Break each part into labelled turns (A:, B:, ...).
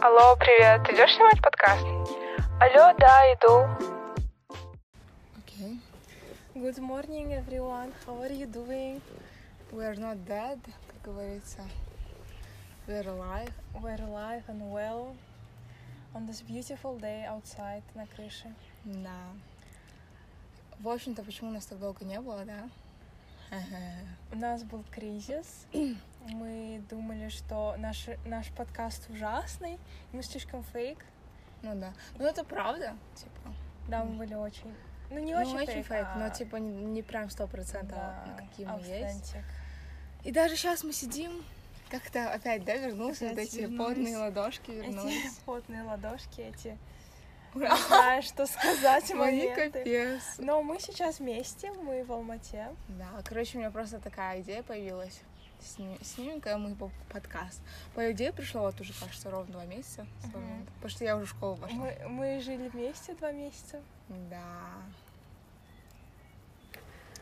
A: Алло, привет. Идешь снимать подкаст? Алло, да, иду.
B: Okay,
C: Good morning, everyone. How are you doing?
B: we are not dead, как говорится. We are alive.
C: We're alive and well on this beautiful day outside на крыше.
B: Да. В общем-то, почему нас так долго не было, да?
C: У нас был кризис. Мы думали, что наш, наш подкаст ужасный, мы слишком фейк.
B: Ну да. Ну это правда, типа.
C: Да, мы были очень... Ну, не
B: ну,
C: очень,
B: очень фейк, но
C: а-
B: типа не, не прям сто процентов,
C: да,
B: какие мы есть.
C: authentic.
B: И даже сейчас мы сидим, как-то опять, да, вернулся вот
C: Опять
B: эти
C: вернулись.
B: потные ладошки
C: Эти
B: вернулись.
C: потные ладошки, эти...
B: Ура.
C: Не знаю, что сказать
B: Мои
C: моменты.
B: капец.
C: Но мы сейчас вместе, мы в Алмате.
B: Да, короче, у меня просто такая идея появилась. Сни- Снимем-ка мы по- подкаст. По идее пришло вот уже, кажется, ровно два месяца. с того
C: Мгм.
B: момента. Потому что я уже в школу пошла.
C: Мы, мы жили вместе два месяца.
B: Да.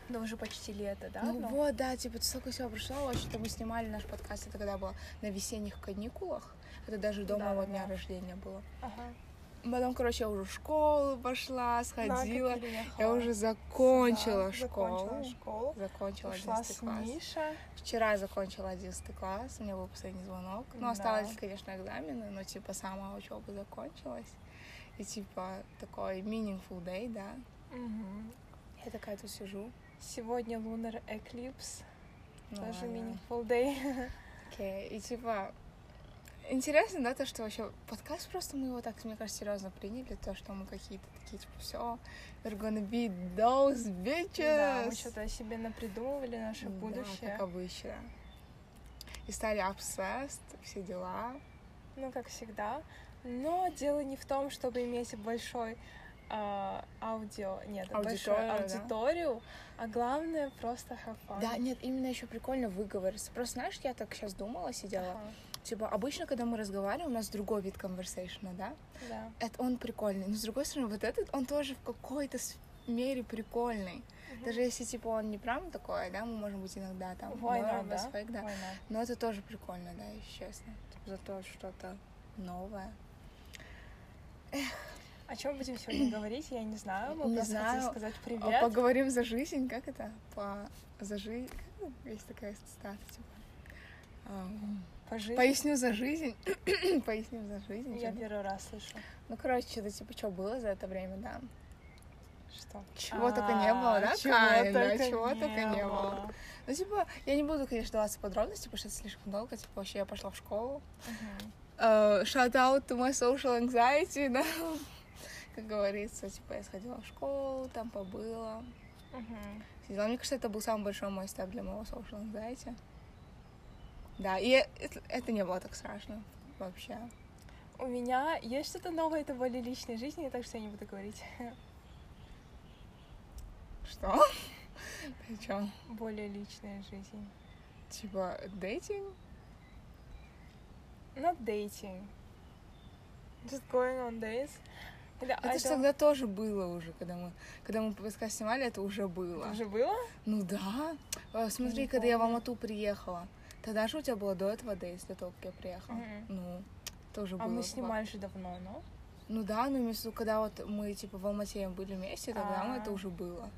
C: Но уже почти лето, да?
B: ну
C: одно?
B: вот, да, типа, столько всего пришло. Вообще-то мы снимали наш подкаст, это когда было на весенних каникулах. Это даже до
C: Да,
B: моего
C: да,
B: дня
C: да.
B: рождения было.
C: Ага. Ну,
B: Потом, короче, я уже в школу
C: На,
B: пошла,
C: а как
B: сходила.
C: переехала.
B: Я уже закончила
C: Да,
B: школу.
C: Закончила школу.
B: Закончила
C: Ушла
B: 11
C: с
B: класс.
C: Миша.
B: Вчера я закончила 11 класс, у меня был последний звонок. Ну,
C: Да.
B: осталось, конечно, экзамены, но, типа, сама учеба закончилась. И, типа, такой meaningful day, да.
C: Мгм.
B: Я такая тут сижу.
C: Сегодня Lunar Eclipse.
B: Ну,
C: Тоже
B: ладно.
C: meaningful day.
B: Окей, и, типа, интересно, да, то, что вообще подкаст просто мы его так, мне кажется, серьезно приняли, то, что мы какие-то такие, типа, все, we're gonna be those bitches.
C: Да, мы что-то себе напридумывали наше
B: Ну Да,
C: будущее.
B: как обычно. И стали obsessed, все дела.
C: Ну, как всегда. Но дело не в том, чтобы иметь большой а, аудио, нет, большую
B: Аудиторию, да.
C: аудиторию, а главное просто have fun.
B: Да, нет, именно еще прикольно выговориться. Просто знаешь, я так сейчас думала, сидела.
C: Ага,
B: Типа, обычно, когда мы разговариваем, у нас другой вид конверсейшна, да?
C: да.
B: Это он прикольный. Но с другой стороны, вот этот, он тоже в какой-то с- мере прикольный.
C: Мгм.
B: Даже если, типа, он не прям такой, да, мы можем быть иногда там
C: Why not,
B: nervous,
C: да?
B: fake, да.
C: Why not?
B: Но это тоже прикольно, да, если честно.
C: Типа
B: Зато что-то новое.
C: О чем будем сегодня говорить, я не знаю. Мы
B: Не
C: просто
B: знаю.
C: хотим сказать
B: А
C: привет.
B: Поговорим за жизнь, как это? По... За жизнь... Как это? Есть такая цитата, типа. ам,
C: Пожить.
B: Поясню за жизнь. Поясню за жизнь.
C: Я
B: что-то.
C: первый раз слышу.
B: Ну, короче, что-то типа, что было за это время, да?
C: Что? А,
B: Чего только не было, да,
C: Чего
B: Кайна?
C: только
B: Чего
C: не
B: только не было.
C: было.
B: Ну, типа, я не буду, конечно, даваться подробности, потому что это слишком долго. Типа, вообще, я пошла в школу.
C: Мгм.
B: Э, Shout out to my social anxiety, да? Как говорится, типа, я сходила в школу, там побыла.
C: Мгм.
B: Сидела. Мне кажется, это был самый большой мой степ для моего social anxiety. Да, и это, это не было так страшно вообще.
C: У меня есть что-то новое, это более личной жизни, так что я не буду говорить.
B: Что? Ты чё?
C: Более личная жизнь.
B: Типа, дейтинг?
C: Not dating. Just going on dates. а Или I
B: Это же
C: don't-
B: тогда тоже было уже, когда мы, когда мы подкаст снимали, это уже было.
C: Уже было?
B: Ну да. Э, Смотри,
C: не
B: когда я в
C: помню.
B: Алмату приехала, тогда же у тебя было до этого дейс, до того, как я приехала.
C: Мгм.
B: Ну, тоже было.
C: А мы
B: два.
C: снимали же давно, но...
B: Ну да, но между, когда вот мы, типа, в Алмате были вместе, тогда мы это
C: А.
B: уже было.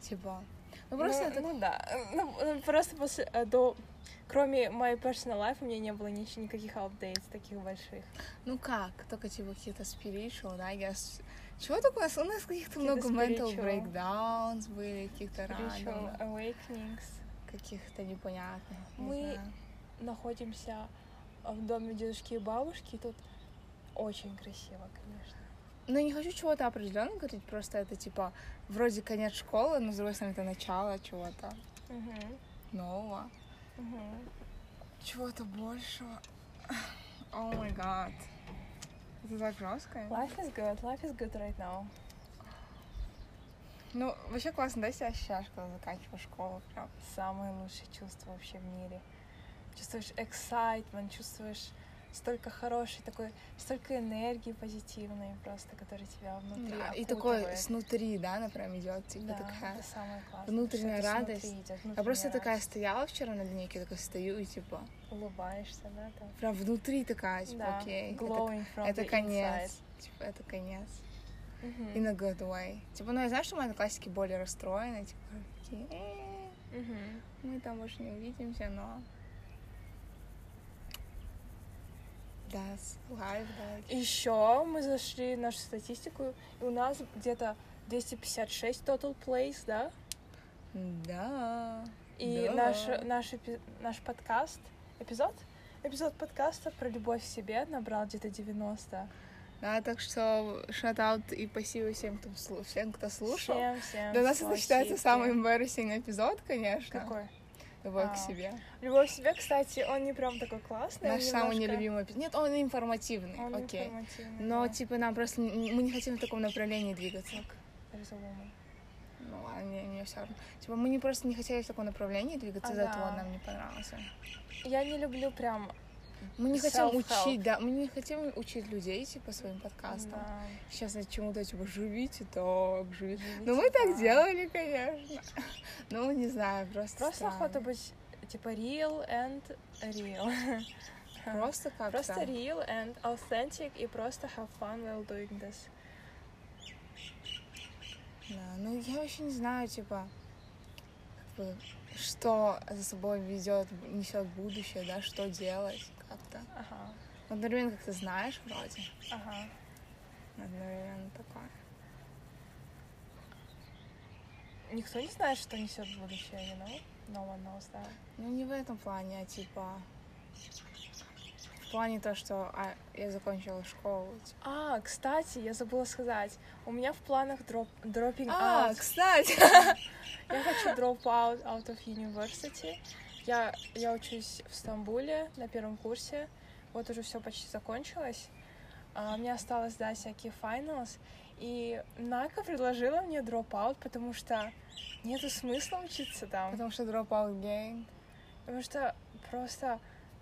B: Типа. Ну просто
C: ну,
B: это...
C: ну да, Ну, ну, просто после э, до кроме моей personal life у меня не было нич- никаких апдейтс таких больших.
B: Ну как? Только, типа, какие-то spiritual, да, я... с- Чего так у нас? У нас каких-то много
C: Какие-то
B: mental
C: spiritual.
B: breakdowns были, каких-то
C: Spiritual
B: рандомных,
C: awakenings.
B: каких-то непонятных. не
C: Мы-
B: знаю.
C: Находимся в доме дедушки и бабушки, и тут очень красиво, конечно.
B: Ну, я не хочу чего-то определенно говорить, просто это типа вроде конец школы, но с другой стороны это начало чего-то
C: Мгм.
B: нового.
C: Мгм.
B: Чего-то большего. О май гад. Это так жестко.
C: Life is good, life is good right now.
B: Ну, вообще классно, да, себя ощущаешь, когда заканчиваешь школу прям.
C: Самое лучшее чувство вообще в мире. Чувствуешь excitement, чувствуешь столько хорошей, такой, столько энергии позитивной просто, которая тебя внутри
B: Да, и
C: окутывает.
B: такой снутри, да, она прям идет, типа
C: Да,
B: такая.
C: это самое классное.
B: внутренняя
C: что это
B: радость.
C: снутри идёт,
B: Я просто
C: внутренняя
B: такая
C: радость.
B: стояла вчера на линейке, такая стою и типа
C: Улыбаешься, да, там.
B: прям внутри такая, типа,
C: Да,
B: окей, это-
C: glowing from
B: это,
C: the
B: конец,
C: inside.
B: типа это конец.
C: Мгм.
B: И на good way. Типа, ну я знаю, что мои одноклассники более расстроены, типа такие, «Э,
C: Мгм.
B: мы там больше не увидимся, но that's life, да.
C: Еще мы зашли в нашу статистику, и у нас где-то 256 total plays, да?
B: Да.
C: И
B: Да.
C: наш, наш, эпи- наш подкаст, эпизод? Эпизод подкаста про любовь к себе набрал где-то 90.
B: Да, А, так что шатаут и спасибо всем, кто, слу- всем, кто слушал.
C: Всем, всем
B: Для нас это
C: спасибо.
B: считается самый embarrassing эпизод, конечно.
C: Какой?
B: Любовь
C: А.
B: к себе.
C: Любовь к себе, кстати, он не прям такой классный. он
B: Наш самый
C: немножко-
B: нелюбимый эпизод. Нет, он информативный,
C: Он
B: окей.
C: информативный,
B: Но,
C: да.
B: типа, нам просто... н- Мы не хотим в таком направлении двигаться.
C: There's a woman.
B: Ну ладно, мне, все равно. Типа, мы не просто не хотели в таком направлении двигаться, из-за
C: Ага.
B: этого он нам не понравился.
C: Я не люблю прям...
B: Мы не хотим
C: Self-help.
B: учить, да, мы не хотим учить людей, типа, своим подкастом.
C: да,
B: Сейчас я чему-то, типа, живите так, живите. Ну, мы
C: любить,
B: так
C: да.
B: делали, конечно. Ну, не знаю, просто
C: Просто
B: странно.
C: охота быть типа real and real.
B: Просто как
C: Просто real and authentic и просто have fun while doing this.
B: Да, ну я вообще не знаю, типа, как бы, что за собой ведет, несет будущее, да, что делать как-то.
C: Ага,
B: Одновременно как ты знаешь вроде,
C: ага.
B: одновременно такое.
C: Никто не знает, что несет будущее, you know? No one knows that.
B: Ну не в этом плане, а типа в плане то, что а, я закончила школу. типа.
C: А, кстати, я забыла сказать. У меня в планах дроп, dropping
B: А,
C: out.
B: кстати!
C: Я хочу drop out out of university. Я, я учусь в Стамбуле на первом курсе. Вот уже все почти закончилось. А, мне осталось сдать всякие finals. И Нака предложила мне drop out, потому что нету смысла учиться там.
B: Потому что dropout game.
C: Потому что просто...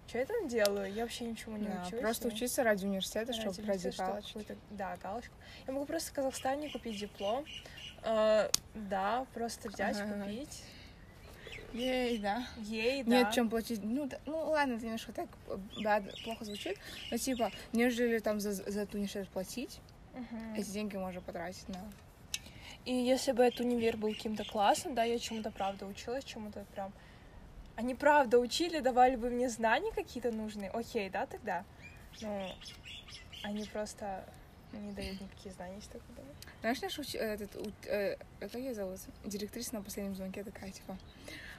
C: Что я там делаю? Я вообще ничему не
B: Да,
C: учусь.
B: просто
C: и-
B: учиться ради университета,
C: ради
B: чтобы Ну, ради
C: лица, чтобы
B: галочки.
C: какую-то- Да, галочку. Я могу просто в Казахстане купить диплом. Э, да, просто взять,
B: Ага.
C: купить.
B: Ей, да.
C: Ей, да.
B: Нет чем платить. Ну, да- ну ладно, это немножко так э, bad, плохо звучит. Но типа, нежели там за, за этот университет платить,
C: Мгм.
B: эти деньги можно потратить на...
C: И если бы этот универ был каким-то классным, да, я чему-то правда училась, чему-то прям... Они правда учили, давали бы мне знания какие-то нужные, окей, да, тогда? Ну, они просто не дают никакие знания, если так подумать.
B: Знаешь, наш уч- э, этот... ут- э, как ее зовут? Директриса на последнем звонке такая, типа...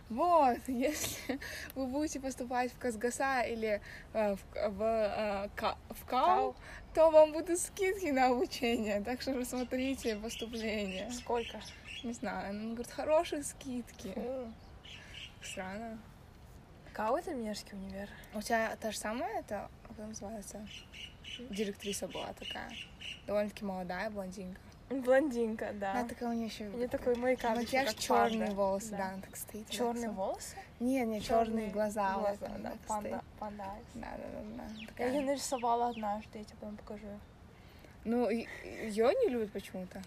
B: Вот, если вы будете поступать в Казгаса или э, в, К- в, э, Ка- в КАУ,
C: Кау.
B: то вам будут скидки на обучение, так что рассмотрите поступление.
C: Сколько?
B: Не знаю, она говорит, хорошие скидки.
C: Фу.
B: Странно.
C: Кау — это мерзкий универ.
B: У тебя та же самая, это, как она называется, директриса была такая, довольно-таки молодая блондинка.
C: Блондинка, да.
B: Она такая у нее еще...
C: У меня такой мейкап ещё
B: макияж
C: как
B: черные
C: панда.
B: волосы, да.
C: Да.
B: она так стоит.
C: Черные
B: лицо.
C: волосы?
B: Нет, нет, черные глаза. вот она
C: да,
B: так
C: панда,
B: стоит.
C: панда eyes.
B: Да, да, да, да. она
C: Я
B: такая.
C: ее нарисовала однажды, я тебе потом покажу.
B: Ну, ее не любят почему-то.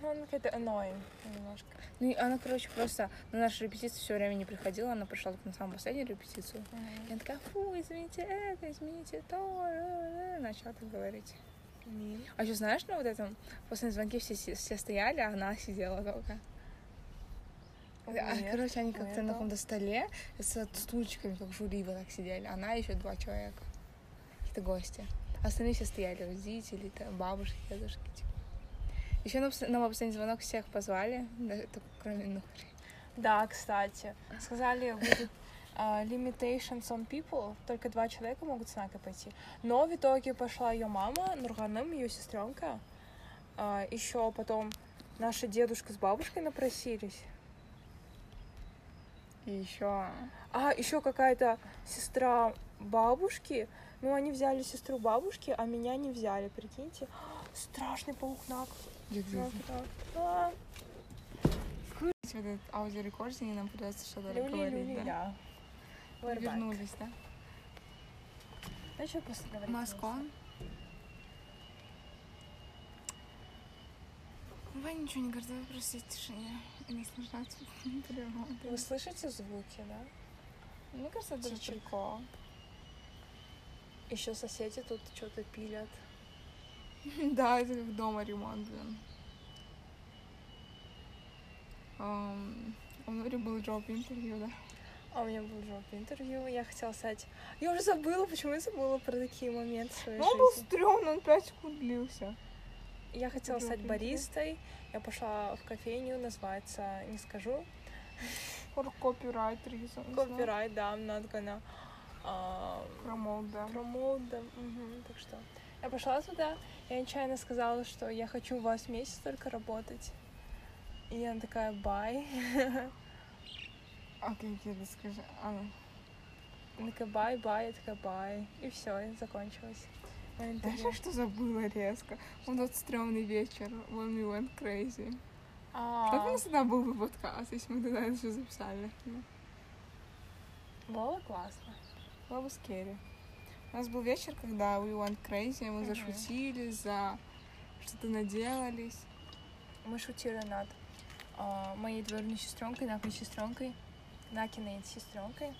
C: Ну, она какая-то annoying немножко.
B: Ну, и она, короче, просто на нашу репетицию все время не приходила, она пришла только на самую последнюю репетицию.
C: Мгм.
B: И она такая, фу, извините это, извините то, э, э, э», начала так говорить. А еще знаешь, на вот этом после звонки все, си- все стояли, а она сидела только. А,
C: Нет,
B: короче, они как-то на
C: нету.
B: каком-то столе с стульчиками, как жюри вот так сидели. Она и еще два человека. Какие-то гости. А Остальные все стояли, родители, там, бабушки, дедушки, типа. Еще на, пос- на последний звонок всех позвали, да, только кроме ну.
C: Да, кстати. Сказали, будет а, limitations on people. Только два человека могут с Накой пойти. Но в итоге пошла ее мама, Нурганым, ее сестренка. еще А, потом наша дедушка с бабушкой напросились.
B: И еще
C: А еще какая-то сестра бабушки. Ну, они взяли сестру бабушки, а меня не взяли, прикиньте. Страшный паук Нак. Нак, Нак. А,
B: вот этот аудиорекординг, и нам придется что-то
C: Люли,
B: говорить.
C: люли,
B: да?
C: да.
B: Мы
C: We're back.
B: Вернулись, да?
C: Да что просто говорить? не
B: Москва.
C: знаю.
B: Ваня ничего не говорит, давай просто сидеть в тишине. Они слышат прямо.
C: Вы слышите звуки, да?
B: Мне кажется, это же
C: Тишина.
B: прикол.
C: Еще соседи тут что-то пилят.
B: Да, это как дома ремонт, блин. Ам, У Нури был джоб интервью, да?
C: А у меня был жоп интервью, я хотела стать... Я уже забыла, почему я забыла про такие моменты в своей
B: Ну, он был
C: жизни.
B: стрёмный, он пять секунд длился.
C: Я хотела
B: жоп
C: стать
B: интервью.
C: баристой, я пошла в кофейню, называется, не скажу,
B: Хор копирайтер, не знаю.
C: копирайт, да, надо гана. а,
B: Промоут, да.
C: Промоут, да, мгм, так что. Я пошла туда, я нечаянно сказала, что я хочу у вас месяц только работать. И она такая, бай.
B: А ты где расскажи? А,
C: Она такая, бай, бай, я такая, бай. И все, и закончилось. Мое интервью.
B: Даша что забыла резко? Он тот стрёмный вечер, when we went crazy. Как у
C: А,
B: нас тогда был бы подкаст, если мы тогда это все записали? Ну,
C: Было классно.
B: Было бы scary. У нас был вечер, когда we went crazy, мы
C: Мгм.
B: зашутили, за что-то наделались.
C: Мы шутили над а, моей двоюродной сестренкой, Накой сестренкой, Накиной сестренкой.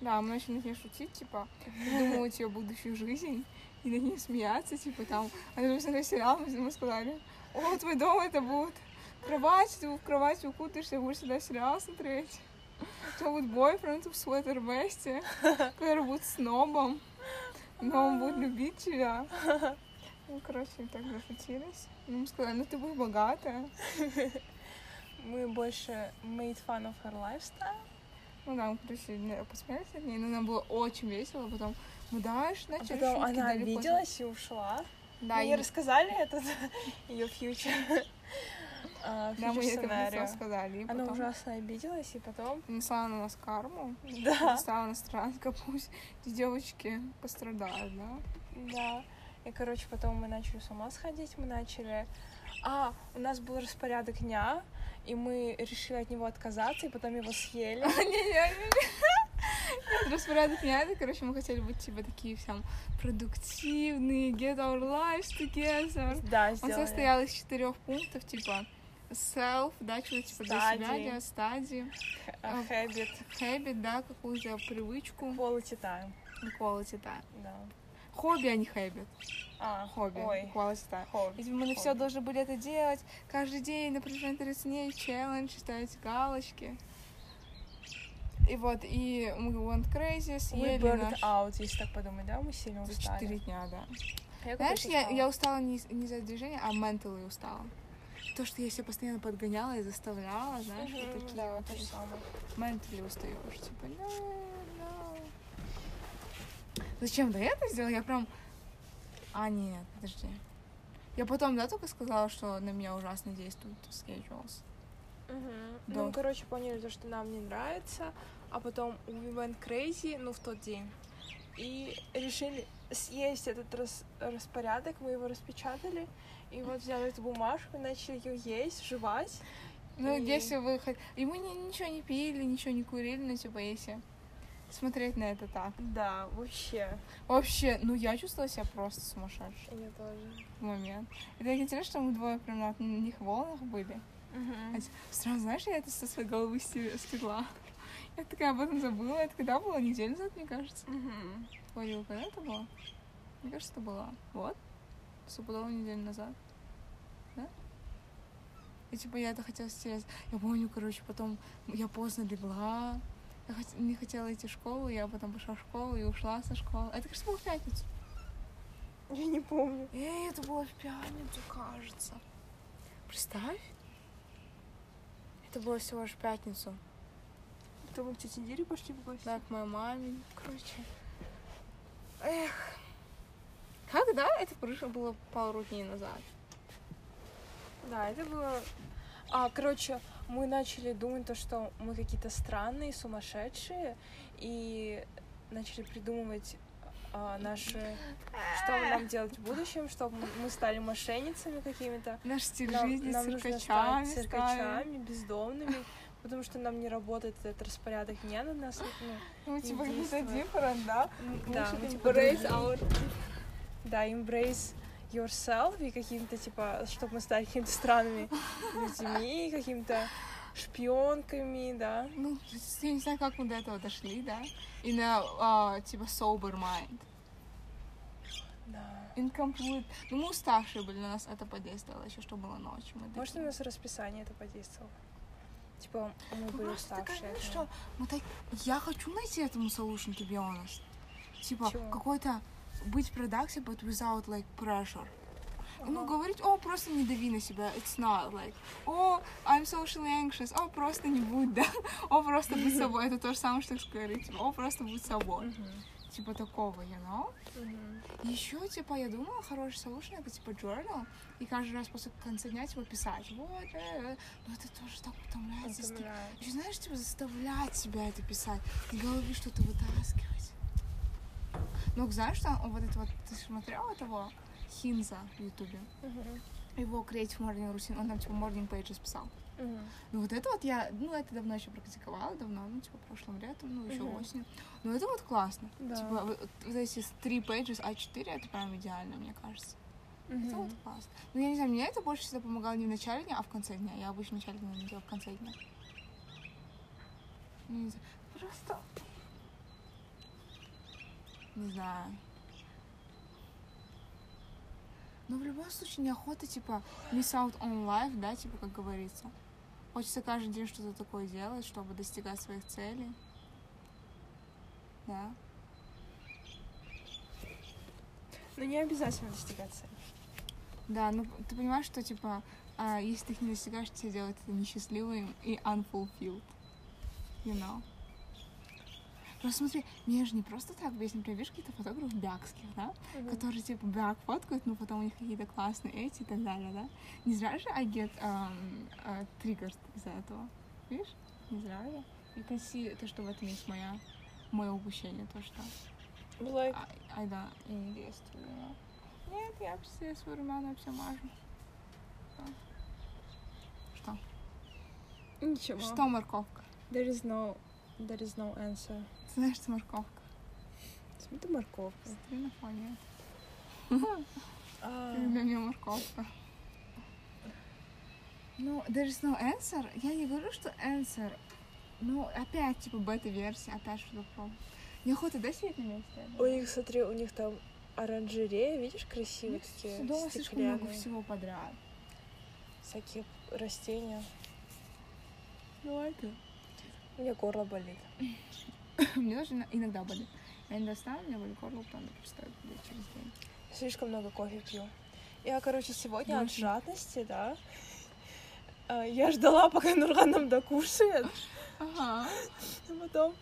B: Да, мы начали над ней шутить, типа, придумывать ее будущую жизнь и над ней смеяться, типа, там, она же смотрела сериал, мы мы сказали, о, твой дом это будет кровать, ты в кровать укутаешься, будешь всегда сериал смотреть. У тебя будет бойфренд в свитервесте, который будет снобом, но он будет любить тебя. Ну, короче, так зашутились. Ну, Мы сказали, ну ты будешь богатая.
C: Мы больше made fun of her lifestyle.
B: Ну да, мы, короче, не- посмеялись над ней, но нам было очень весело. Потом мы дальше
C: А
B: начали
C: потом
B: шутки
C: она
B: далеко зап-
C: обиделась и ушла.
B: Да,
C: Мне
B: и-
C: рассказали этот ее фьючер. а,
B: Да, мы
C: фьючер
B: ей это
C: сценарию.
B: просто сказали. и
C: Она
B: потом
C: ужасно обиделась, и потом...
B: Несла на нас карму.
C: Да,
B: Стала иностранка, пусть эти девочки пострадают, да?
C: да. И, короче, потом мы начали с ума сходить, мы начали... А, у нас был распорядок дня, и мы решили от него отказаться, и потом его съели.
B: Не-не-не. Распорядок не это, короче, мы хотели быть типа такие всем продуктивные, get our lives together.
C: Да,
B: Он
C: сделали.
B: состоял из четырех пунктов, типа self, да, что-то типа для себя,
C: Стадии.
B: для стадии,
C: А, Habit
B: habit, да, какую-то привычку,
C: quality time.
B: quality, да.
C: Да.
B: Хобби, а не habit.
C: А,
B: Хобби,
C: Ой,
B: quality, да.
C: хобби.
B: Ведь мы все
C: Хобби.
B: должны были это делать. Каждый день, например, интерес дней, челлендж, ставить галочки. И вот, и мы went crazy,
C: We
B: съели
C: burned
B: наш...
C: out, если так подумать, да? Мы сильно
B: За четыре
C: устали.
B: дня, да.
C: Я
B: Знаешь,
C: как-то
B: я,
C: устала.
B: я устала не, из- не за движение, а ментally устала. То, что я себя постоянно подгоняла и заставляла, знаешь,
C: Мгм,
B: вот такие
C: да,
B: вот
C: то же самое.
B: ментали устаешь, типа, no, no. Зачем, да, я это сделала? Я прям... А, нет, подожди. Я потом, да, только сказала, что на меня ужасно действует schedules.
C: Мгм.
B: Да.
C: Ну, короче, поняли то, что нам не нравится, а потом we went crazy, ну, в тот день. И решили съесть этот рас- распорядок, мы его распечатали, и вот взяли эту бумажку, начали ее есть, жевать.
B: Ну,
C: И-
B: если вы... хот- И мы ни- ничего не пили, ничего не курили, ну, типа, если смотреть на это так.
C: Да, вообще.
B: Вообще, ну, я чувствовала себя просто сумасшедшей
C: Я тоже.
B: в момент. И так интересно, что мы двое прям на одних волнах были. А те- Сразу, знаешь, я это со своей головы сте- стегла. Я такая об этом забыла. Это когда было? Неделю назад, мне кажется.
C: Мгм.
B: Ходила, когда это было? Мне кажется, это было. Вот. Стопудово неделю назад. Да? И типа я это хотела стереть. Я помню, короче, потом я поздно легла. Я хот- не хотела идти в школу, я потом пошла в школу и ушла со школы. Это, кажется, было в пятницу.
C: Я не помню.
B: Эй, это было в пятницу, кажется. Представь. Это было всего лишь в пятницу.
C: Потом мы к тете Дире пошли в гости.
B: Да, к моей маме. Короче. Эх. Как, да? Это прошло было пару дней назад.
C: Да, это было... А, короче, мы начали думать то, что мы какие-то странные, сумасшедшие, и начали придумывать а, наши... Что нам делать в будущем, чтобы мы- мы стали мошенницами какими-то.
B: Наш стиль
C: Нам,
B: жизни
C: нам
B: с
C: нужно
B: циркачами.
C: стать
B: стали.
C: циркачами, бездомными, потому что нам не работает этот распорядок дня на нас. ну,
B: Мы
C: типа, не
B: different, да? Ну,
C: да,
B: Лучше
C: мы, типа,
B: embrace
C: другие.
B: our
C: Да, embrace yourself и каким-то, типа, чтобы мы стали какими-то странными людьми, какими-то шпионками, да.
B: Ну, я не знаю, как мы до этого дошли, да? И на, а, типа, sober mind.
C: Да.
B: Incomplete. Ну, мы уставшие были, на нас это подействовало еще, что было ночью. Мы
C: Может, на
B: такие,
C: нас расписание это подействовало? Типа, мы
B: «Мы
C: были
B: просто такая,
C: уставшие.
B: ну
C: от
B: что, мы так... Я хочу найти этому solution, to be honest. Типа,
C: Чего?
B: какой-то быть productive, but without, like, pressure.
C: него.
B: Ну,
C: Ага.
B: говорить, о, просто не дави на себя, it's not, like, о, I'm socially anxious, о, просто не будь, да, о, просто будь собой, это то же самое, что говорить, типа, о, просто будь собой,
C: Мгм.
B: типа такого, you know?
C: Мгм.
B: Еще, типа, я думала, хороший solution это типа journal, и каждый раз после конца дня, типа, писать, вот, э, э. но это тоже так утомляет, заста-
C: Утомляет.
B: Ещё, знаешь, типа, заставлять себя это писать, из головы что-то вытаскивать. Ну, знаешь, что он вот это вот, ты смотрела того Хинза в ютубе?
C: Мгм.
B: его Creative Morning Routine, он там типа Morning Pages писал.
C: Мгм.
B: Ну вот это вот я, ну это давно еще практиковала, давно, ну типа прошлым летом, ну еще
C: Мгм.
B: осенью. Но это вот классно.
C: Да.
B: Типа вот, вот эти три pages А4, это прям идеально, мне кажется.
C: Мгм.
B: Это вот классно. Ну я не знаю, мне это больше всегда помогало не в начале дня, а в конце дня. Я обычно в начале дня не делаю, в конце дня. Ну, не знаю, просто... Не знаю. Но в любом случае неохота, типа, miss out on life, да, типа, как говорится. Хочется каждый день что-то такое делать, чтобы достигать своих целей. Да.
C: Ну, не обязательно достигать цели.
B: Да, ну ты понимаешь, что, типа, а, если ты их не достигаешь, тебя делает это несчастливым и unfulfilled. You know? Просто смотри, мне же не просто так весь, например, видишь каких-то фотографов бякских, да?
C: Мгм.
B: которые типа брак фоткают, но потом у них какие-то классные эти и так далее, да? Не зря же I get um, uh, triggered из-за этого. Видишь? Не зря же. You can see то, что в этом есть моя, мое упущение, то, что
C: Была
B: а, I don't, я не действую. да. Нет, я все свою румяна все мажу. Что?
C: Ничего.
B: Что морковка?
C: There is no... There is no answer.
B: Ты знаешь, что морковка?
C: Смотри, морковка.
B: Смотри на фоне.
C: А,
B: Для меня морковка. Ну, there is no answer. Я не говорю, что answer. Ну, опять, типа, бета-версия, опять что-то пробовать. Неохота, да, сидеть на месте?
C: У них, смотри, у них там оранжерея, видишь, красивые такие
B: Дома Ну, слишком много
C: стеклянные,
B: всего подряд.
C: всякие растения.
B: Ну, это...
C: У меня горло болит.
B: Мне тоже ин- иногда болит. Я иногда встала, у меня болит горло, потом я перестаю болеть через день.
C: Слишком много кофе пью. Я, короче, сегодня от
B: Очень.
C: жадности, да, а, я ждала, пока Нурган нам докушает,
B: Ага.
C: а потом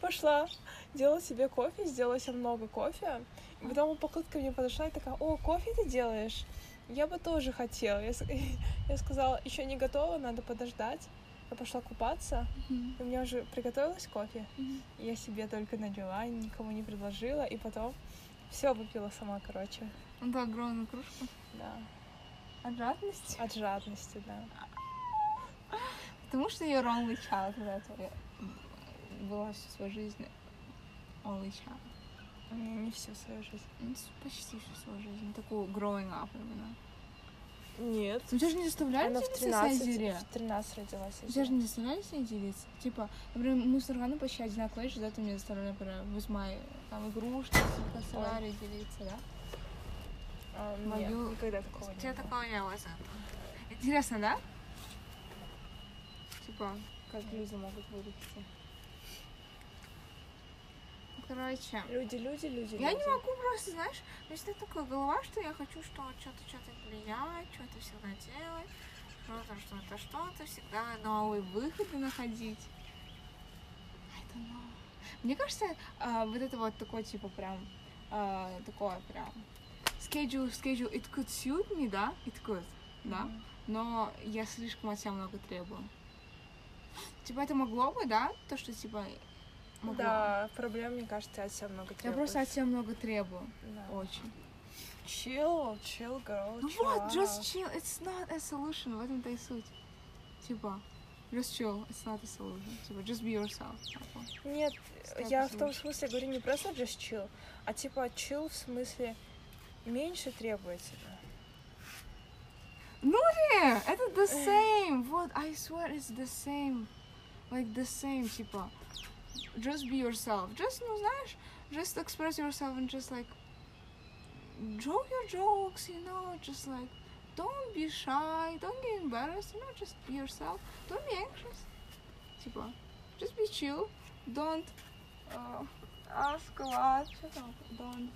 C: пошла, делала себе кофе, сделала себе много кофе. И потом упаковка ко мне подошла и такая, о, кофе ты делаешь? Я бы тоже хотела. Я, с- я сказала, еще не готова, надо подождать. Я пошла купаться, У меня уже приготовилось кофе.
B: Мгм.
C: Я себе только налила, никому не предложила, и потом все выпила сама, короче.
B: Ну, да, огромную кружку.
C: Да.
B: От жадности.
C: От жадности, да.
B: Потому что я only child, когда я была всю свою жизнь only child.
C: Не, не всю свою жизнь.
B: Ну, с- почти всю свою жизнь. Ну, Такую growing up именно.
C: Нет.
B: У тебя же не заставляли
C: Она в
B: делиться с ней
C: 13,
B: деле?
C: в 13 родилась.
B: У тебя же не заставляли с ней делиться? Типа, например, мы с Урганом почти одинаковые, лишь, да, ты мне заставляли, например, with my, там, игрушки, типа, сценарий делиться, да?
C: А, нет,
B: Мою-
C: никогда такого не
B: тебя
C: было.
B: такого не было Интересно, да? Типа, как люди могут вырасти. Короче,
C: Люди, люди, люди,
B: я не
C: люди.
B: могу просто, знаешь, у меня всегда такая голова, что я хочу что что-то, что-то влиять, что-то всегда делать, что-то, что-то, что-то, всегда новые выходы находить. I don't know. Мне кажется, а, вот это вот такое, типа, прям, а, такое прям, schedule, schedule, it could suit me, да, it could, да,
C: Мгм.
B: но я слишком от себя много требую. Типа, это могло бы, да, то, что, типа, могло.
C: Да, проблем, мне кажется, от себя много
B: Я
C: требуешь.
B: просто от себя много требую,
C: Да.
B: очень.
C: Chill, chill, girl,
B: Ну
C: chill
B: вот,
C: out.
B: just chill, it's not a solution, в этом-то и суть. Типа, Just chill, it's not a solution. Типа, just be yourself. Apple.
C: Нет,
B: Что
C: я в
B: почему?
C: том смысле говорю не просто just chill, а типа chill в смысле меньше требовательно.
B: Yeah, это the same. Вот, I swear it's the same. Like the same, типа. Just be yourself. Just, ну, знаешь, just express yourself and just like draw your jokes, you know, just like don't be shy, don't get embarrassed, you know, just be yourself. Don't be anxious. Типа, just be chill. Don't uh, ask a lot. Shut up. Don't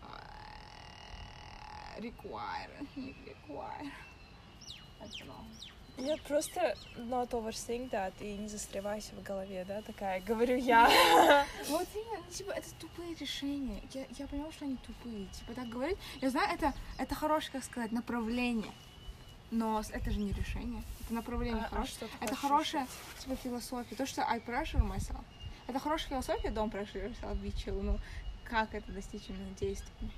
B: uh, require. Require. I don't know.
C: Нет, просто not overthink that и не застревайся в голове, да, такая, говорю я.
B: Вот именно, ну, типа, это тупые решения. Я, я понимаю, что они тупые. Типа, так говорить. Я знаю, это, это хорошее, как сказать, направление. Но с- это же не решение. Это направление
C: А- а
B: хорошее.
C: что ты
B: это
C: хочешь
B: хорошая, типа, философия. То, что I pressure myself. Это хорошая философия, don't pressure yourself, be chill. Ну, как это достичь именно действиями?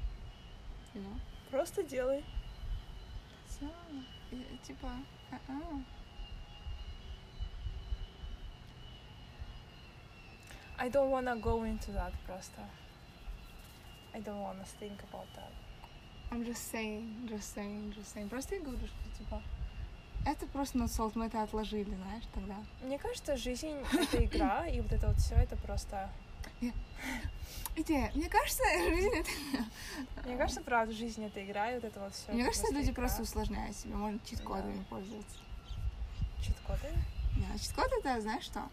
B: You know?
C: Просто делай.
B: So, э, типа, а-а.
C: I don't wanna go into that просто. I don't wanna think about that.
B: I'm just saying, just saying, just saying. Просто я говорю, что, типа, это просто на солд, мы это отложили, знаешь, тогда.
C: Мне кажется, жизнь — это игра, и вот это вот все это просто...
B: Идея. Мне кажется, жизнь это...
C: Мне кажется, правда, жизнь — это игра, и вот это вот все.
B: А. Мне кажется, люди просто усложняют себе, можно чит-кодами
C: Да.
B: пользоваться.
C: Чит-коды?
B: Да, чит-код это, знаешь что?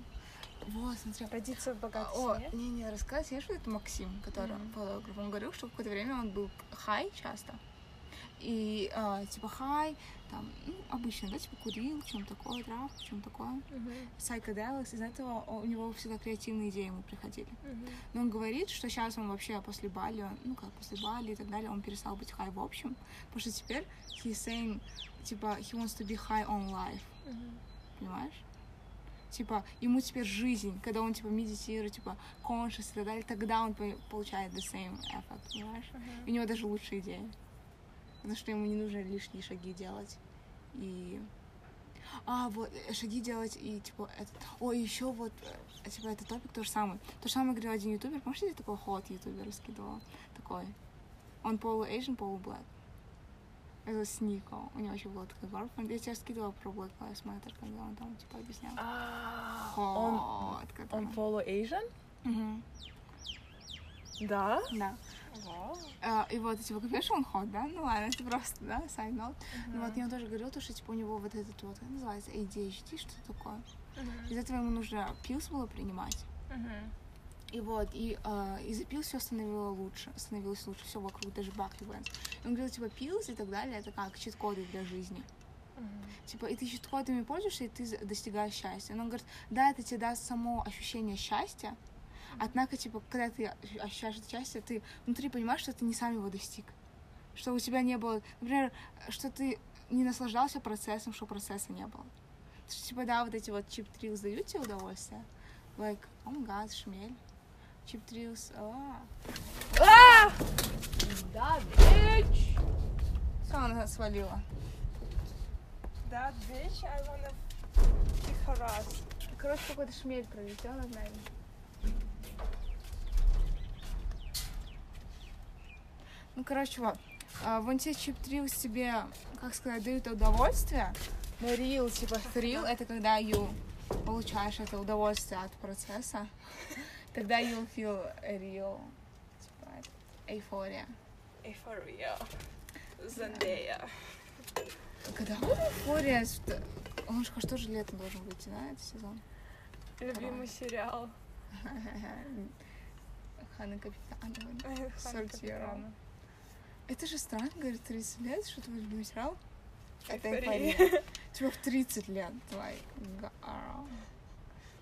B: Вот, смотри.
C: Родиться в
B: А,
C: богатой
B: О,
C: семье?
B: не-не, рассказать, знаешь, вот это Максим, который
C: Мгм.
B: фотограф, он говорил, что в какое-то время он был хай часто. И а, типа хай, там, ну, обычно, да, типа курил, чем такое, травку, чем такое.
C: Мгм,
B: Psychedelics, из-за этого у него всегда креативные идеи ему приходили.
C: мгм.
B: Но Ну, он говорит, что сейчас он вообще после Бали, он- ну как после Бали и так далее, он перестал быть хай в общем, потому что теперь he's saying, типа, he wants to be high on life,
C: Мгм.
B: понимаешь? Типа, ему теперь жизнь, когда он, типа, медитирует, типа, conscious и так далее, тогда он по- получает the same effect, понимаешь?
C: Мгм.
B: И у него даже лучшие идеи, потому что ему не нужно лишние шаги делать. И... А, вот, э, шаги делать и, типа, этот... Ой, еще вот, э, типа, этот топик тот же самый. То же самое говорил один ютубер, помнишь, я тебе такой ход ютубер раскидывала? Такой. Он полу-эйжен, полу-блэк. Это с Нико. У него еще был такой girlfriend. Я тебе скидывала про Black Lives Matter, когда он там, типа, объяснял.
C: А, Он...
B: Ход, как
C: Он
B: она.
C: полу-эйжен?
B: Мгм.
C: Да?
B: Да.
C: Вау.
B: Э, И вот, типа, конечно, он ход, да? Ну ладно, это просто, да, side note. Ну вот, и он тоже говорил, то, что, типа, у него вот этот вот, как называется, ADHD, что такое.
C: Мгм.
B: Из-за этого ему нужно пилс было принимать.
C: Мгм.
B: И вот, и э, из-за пилс все становилось лучше, становилось лучше, все вокруг, даже Бакли Вэнс. И он говорил, типа, пилс и так далее, это как чит-коды для жизни.
C: Мгм.
B: Типа, и ты чит-кодами пользуешься, и ты за- достигаешь счастья. Но он говорит, да, это тебе даст само ощущение счастья, однако, типа, когда ты ощ- ощущаешь это счастье, ты внутри понимаешь, что ты не сам его достиг. Что у тебя не было, например, что ты не наслаждался процессом, что процесса не было. Потому что, типа, да, вот эти вот чип-трилс дают тебе удовольствие. Like, о май гад, шмель. Чип-трилс, а. А! Да, бич! Все, она свалила.
C: That bitch, I wanna be harassed.
B: Короче, какой-то шмель пролетел над нами. Ну, короче, вот. А, Вон те чип трилс тебе, как сказать, дают удовольствие. Но рил, типа, thrill, это когда you получаешь это удовольствие от процесса. Тогда you feel real. Типа, эйфория.
C: Эйфория. Зандея.
B: Когда вот эйфория? что- Он же, кажется, тоже летом должен выйти, да, этот сезон?
C: Любимый сериал.
B: Ханна Капитанова.
C: Эх, Ханна
B: Сортировано.
C: Капитанова.
B: Это же странно, говорит, 30 лет, что твой любимый сериал? Это
C: Эйфория.
B: эйфория. Типа в 30 лет, like, girl.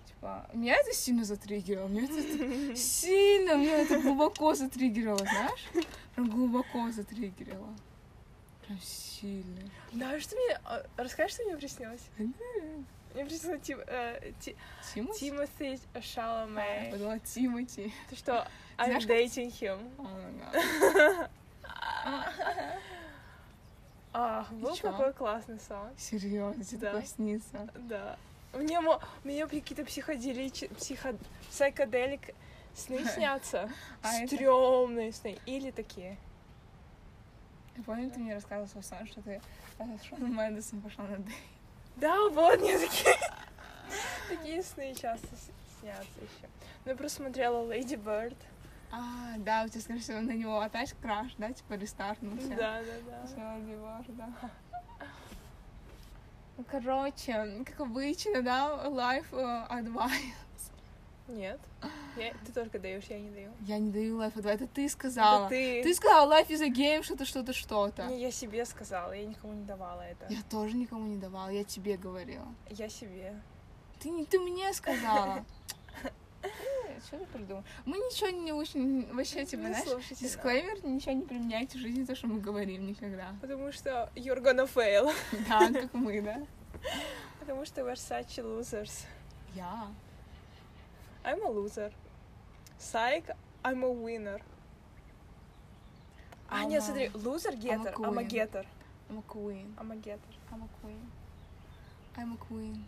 B: Типа, меня это сильно затриггерило, меня это сильно, меня это глубоко затриггерило, знаешь? Прям глубоко затриггерило. Прям сильно.
C: Да, что мне... а, Расскажешь, что мне приснилось? Мне приснилось Тим... э, Ти-
B: Тимати?
C: Тимати
B: Я
C: Шаломе.
B: подумала, Тимати. А,
C: Ты что, I'm
B: Знаешь, как-
C: dating him.
B: Oh my God.
C: А, А, был
B: чё?
C: такой классный сон.
B: Серьезно, тебе
C: Да.
B: такое снится.
C: Да. Мне, мо- мне какие-то психоделич... психо... психоделик сны снятся.
B: А это-
C: Стрёмные сны. Или такие.
B: Я помню, ты мне рассказывал свой сон, что ты э, с Шоном Мендесом пошла на дэйт.
C: Да, вот мне такие. Такие сны часто с- снятся еще. Ну, я просмотрела Леди Bird.
B: А, да, у тебя, скорее всего, на него опять краш, да, типа рестартнулся.
C: Да, да, да.
B: Всё, Дивар, да. Ну, Короче, как обычно, да, life э, advice.
C: Нет. Я- Ты только даешь, я не даю.
B: Я не даю life advice, это ты
C: Да
B: сказала.
C: ты.
B: Ты сказала life is a game, что-то, что-то, что-то.
C: Не, я себе сказала, я никому не давала это.
B: Я тоже никому не давала, я тебе говорила.
C: Я себе.
B: Ты, не, ты мне сказала. Что ты придумал? Мы ничего не учим, вообще, типа,
C: Не
B: знаешь,
C: Ну, слушайте нас.
B: дисклеймер, ничего не применяйте в жизни, то, что мы говорим никогда.
C: Потому что you're gonna fail.
B: Да, как мы, да?
C: Потому что we're such losers.
B: Я.
C: I'm a loser. Psych, I'm a winner. А,
B: I'm
C: нет,
B: a-
C: смотри, loser getter, I'm a
B: queen.
C: getter,
B: I'm a queen.
C: I'm a getter.
B: I'm a queen. I'm a queen.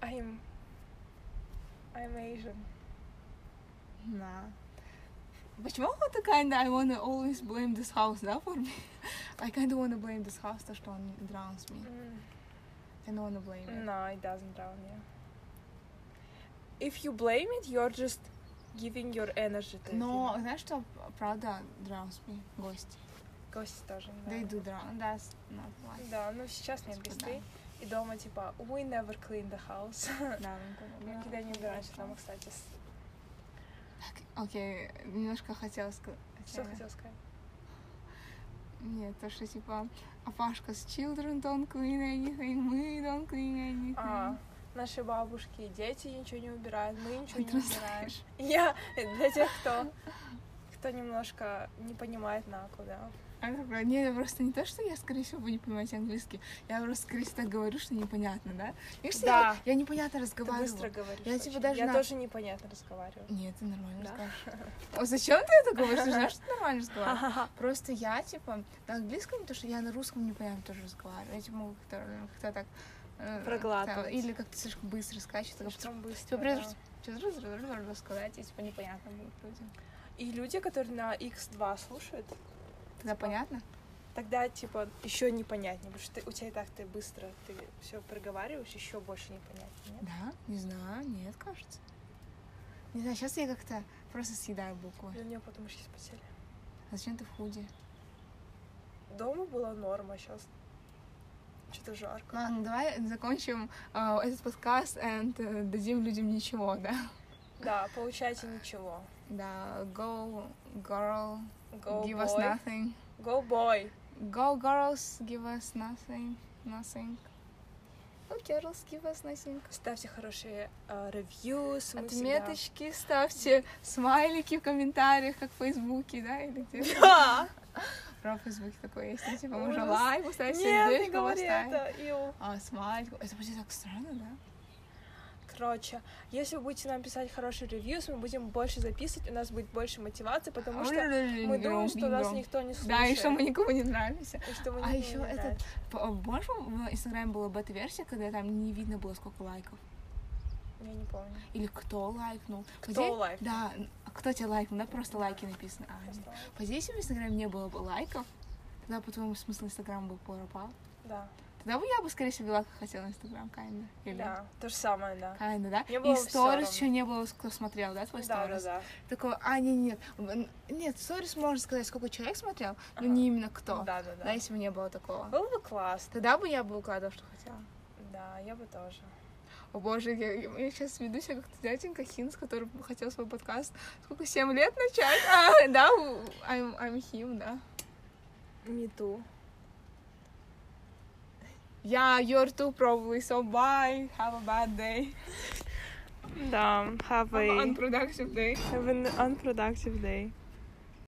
C: I'm... I'm Asian.
B: Да. Почему вот такая, да, I wanna always blame this house, да, for me? I kinda wanna blame this house, то, что он drowns me.
C: Mm.
B: I don't wanna blame it.
C: No, it doesn't drown you. If you blame it, you're just giving your energy to
B: Но,
C: it.
B: знаешь, что, правда, drowns me, гости.
C: Гости тоже, да.
B: They do drown, that's not why.
C: Да, ну сейчас нет без
B: Да.
C: ты. И дома типа, we never clean the house.
B: Да, ну,
C: Мы
B: да.
C: никогда не убираемся дома, кстати. с-
B: Так, Окей, немножко хотела сказать.
C: Что хотела сказать?
B: Нет, то, что типа Пашка's children don't clean anything, мы don't clean anything.
C: А, наши бабушки и дети ничего не убирают, мы ничего
B: Ой,
C: не
B: ты
C: убираем. Я для тех, кто кто немножко не понимает наку, да.
B: А я такая, не, я просто не то, что я, скорее всего, буду не понимать английский. Я просто, скорее всего, так говорю, что непонятно, да? Видишь,
C: Да.
B: я, я непонятно
C: Ты
B: разговариваю.
C: быстро говоришь.
B: Я типа
C: очень.
B: даже
C: Я
B: на-
C: тоже непонятно разговариваю.
B: Нет, ты нормально
C: Да.
B: разговариваешь. О, зачем ты это говоришь? Ты знаешь, что ты нормально разговариваешь?
C: Ха-ха-ха.
B: Просто я, типа, на английском, то, что я на русском непонятно тоже разговариваю. Я, типа, могу как-то как-то так... э,
C: Проглатывать.
B: там, Или как-то слишком быстро скачет.
C: Слишком быстро.
B: Типа, прежде
C: да.
B: что сказать, и, типа, непонятно будет людям.
C: Типа. И люди, которые на X2 слушают,
B: Тогда понятно?
C: тогда типа еще непонятнее, потому что ты- у тебя и так ты быстро, ты все проговариваешь, еще больше непонятнее. нет?
B: Да? Не знаю, нет, кажется. Не знаю, сейчас я как-то просто съедаю буквы.
C: Или у нее потом сейчас потеря.
B: А Зачем ты в худи?
C: Дома была норма, сейчас что-то жарко.
B: Ладно, давай закончим э, этот подкаст and э, дадим людям ничего, да?
C: Да, получайте ничего.
B: Да, go girl,
C: Go
B: give us
C: boy.
B: nothing.
C: Go boy.
B: Go girls, give us nothing, nothing. Go girls, give us nothing.
C: Ставьте хорошие э, ревьюс. мы всегда-
B: Отметочки ставьте, смайлики в комментариях, как в Фейсбуке, да, или где-то.
C: Да!
B: Про Фейсбуке такое есть, ну, типа, можно
C: Ужас.
B: лайк поставить,
C: Нет, не
B: сердечко
C: говори
B: поставить.
C: это. Ил.
B: А, смайлик. Это будет так странно, да?
C: Короче, если вы будете нам писать хорошие ревьюс, мы будем больше записывать, у нас будет больше мотивации, потому что мы думаем, что нас никто не слушает.
B: Да, и что мы никому не нравимся.
C: и что мы
B: А
C: никому
B: еще
C: не
B: этот-
C: нравимся.
B: П- Помнишь, в Инстаграме была бета-версия, когда там не видно было, сколько лайков?
C: Я не помню.
B: Или кто лайкнул?
C: Кто
B: Где-
C: лайк?
B: Да, а кто тебя лайкнул, да, просто лайки написано. А, нет. по здесь в Инстаграме не было бы лайков, тогда, по-твоему, смысл Инстаграма был пропал.
C: Да,
B: Тогда бы я бы, скорее всего, лайка хотела Инстаграм, kinda. Или...
C: да, то же самое, да.
B: Kinda, да?
C: Мне было
B: И
C: бы всё
B: сторис
C: равно.
B: еще не было, кто смотрел, да, твой
C: Да, да,
B: сторис?
C: да.
B: Такой, а, нет, нет, нет, в сторис можно сказать, сколько человек смотрел, но
C: Ага.
B: не именно кто.
C: Да, да,
B: Да,
C: да.
B: если бы не было такого.
C: Было бы классно.
B: Тогда бы я бы укладывала, что хотела.
C: Да, я бы тоже.
B: О боже, я, сейчас веду себя как дяденька Хинс, который хотел свой подкаст сколько, 7 лет начать? А, да, у- I'm, I'm him, да.
C: Не ту.
B: Я, you're too probably, so bye, have a bad day,
C: Да, have
B: have an unproductive day.
C: have an unproductive day.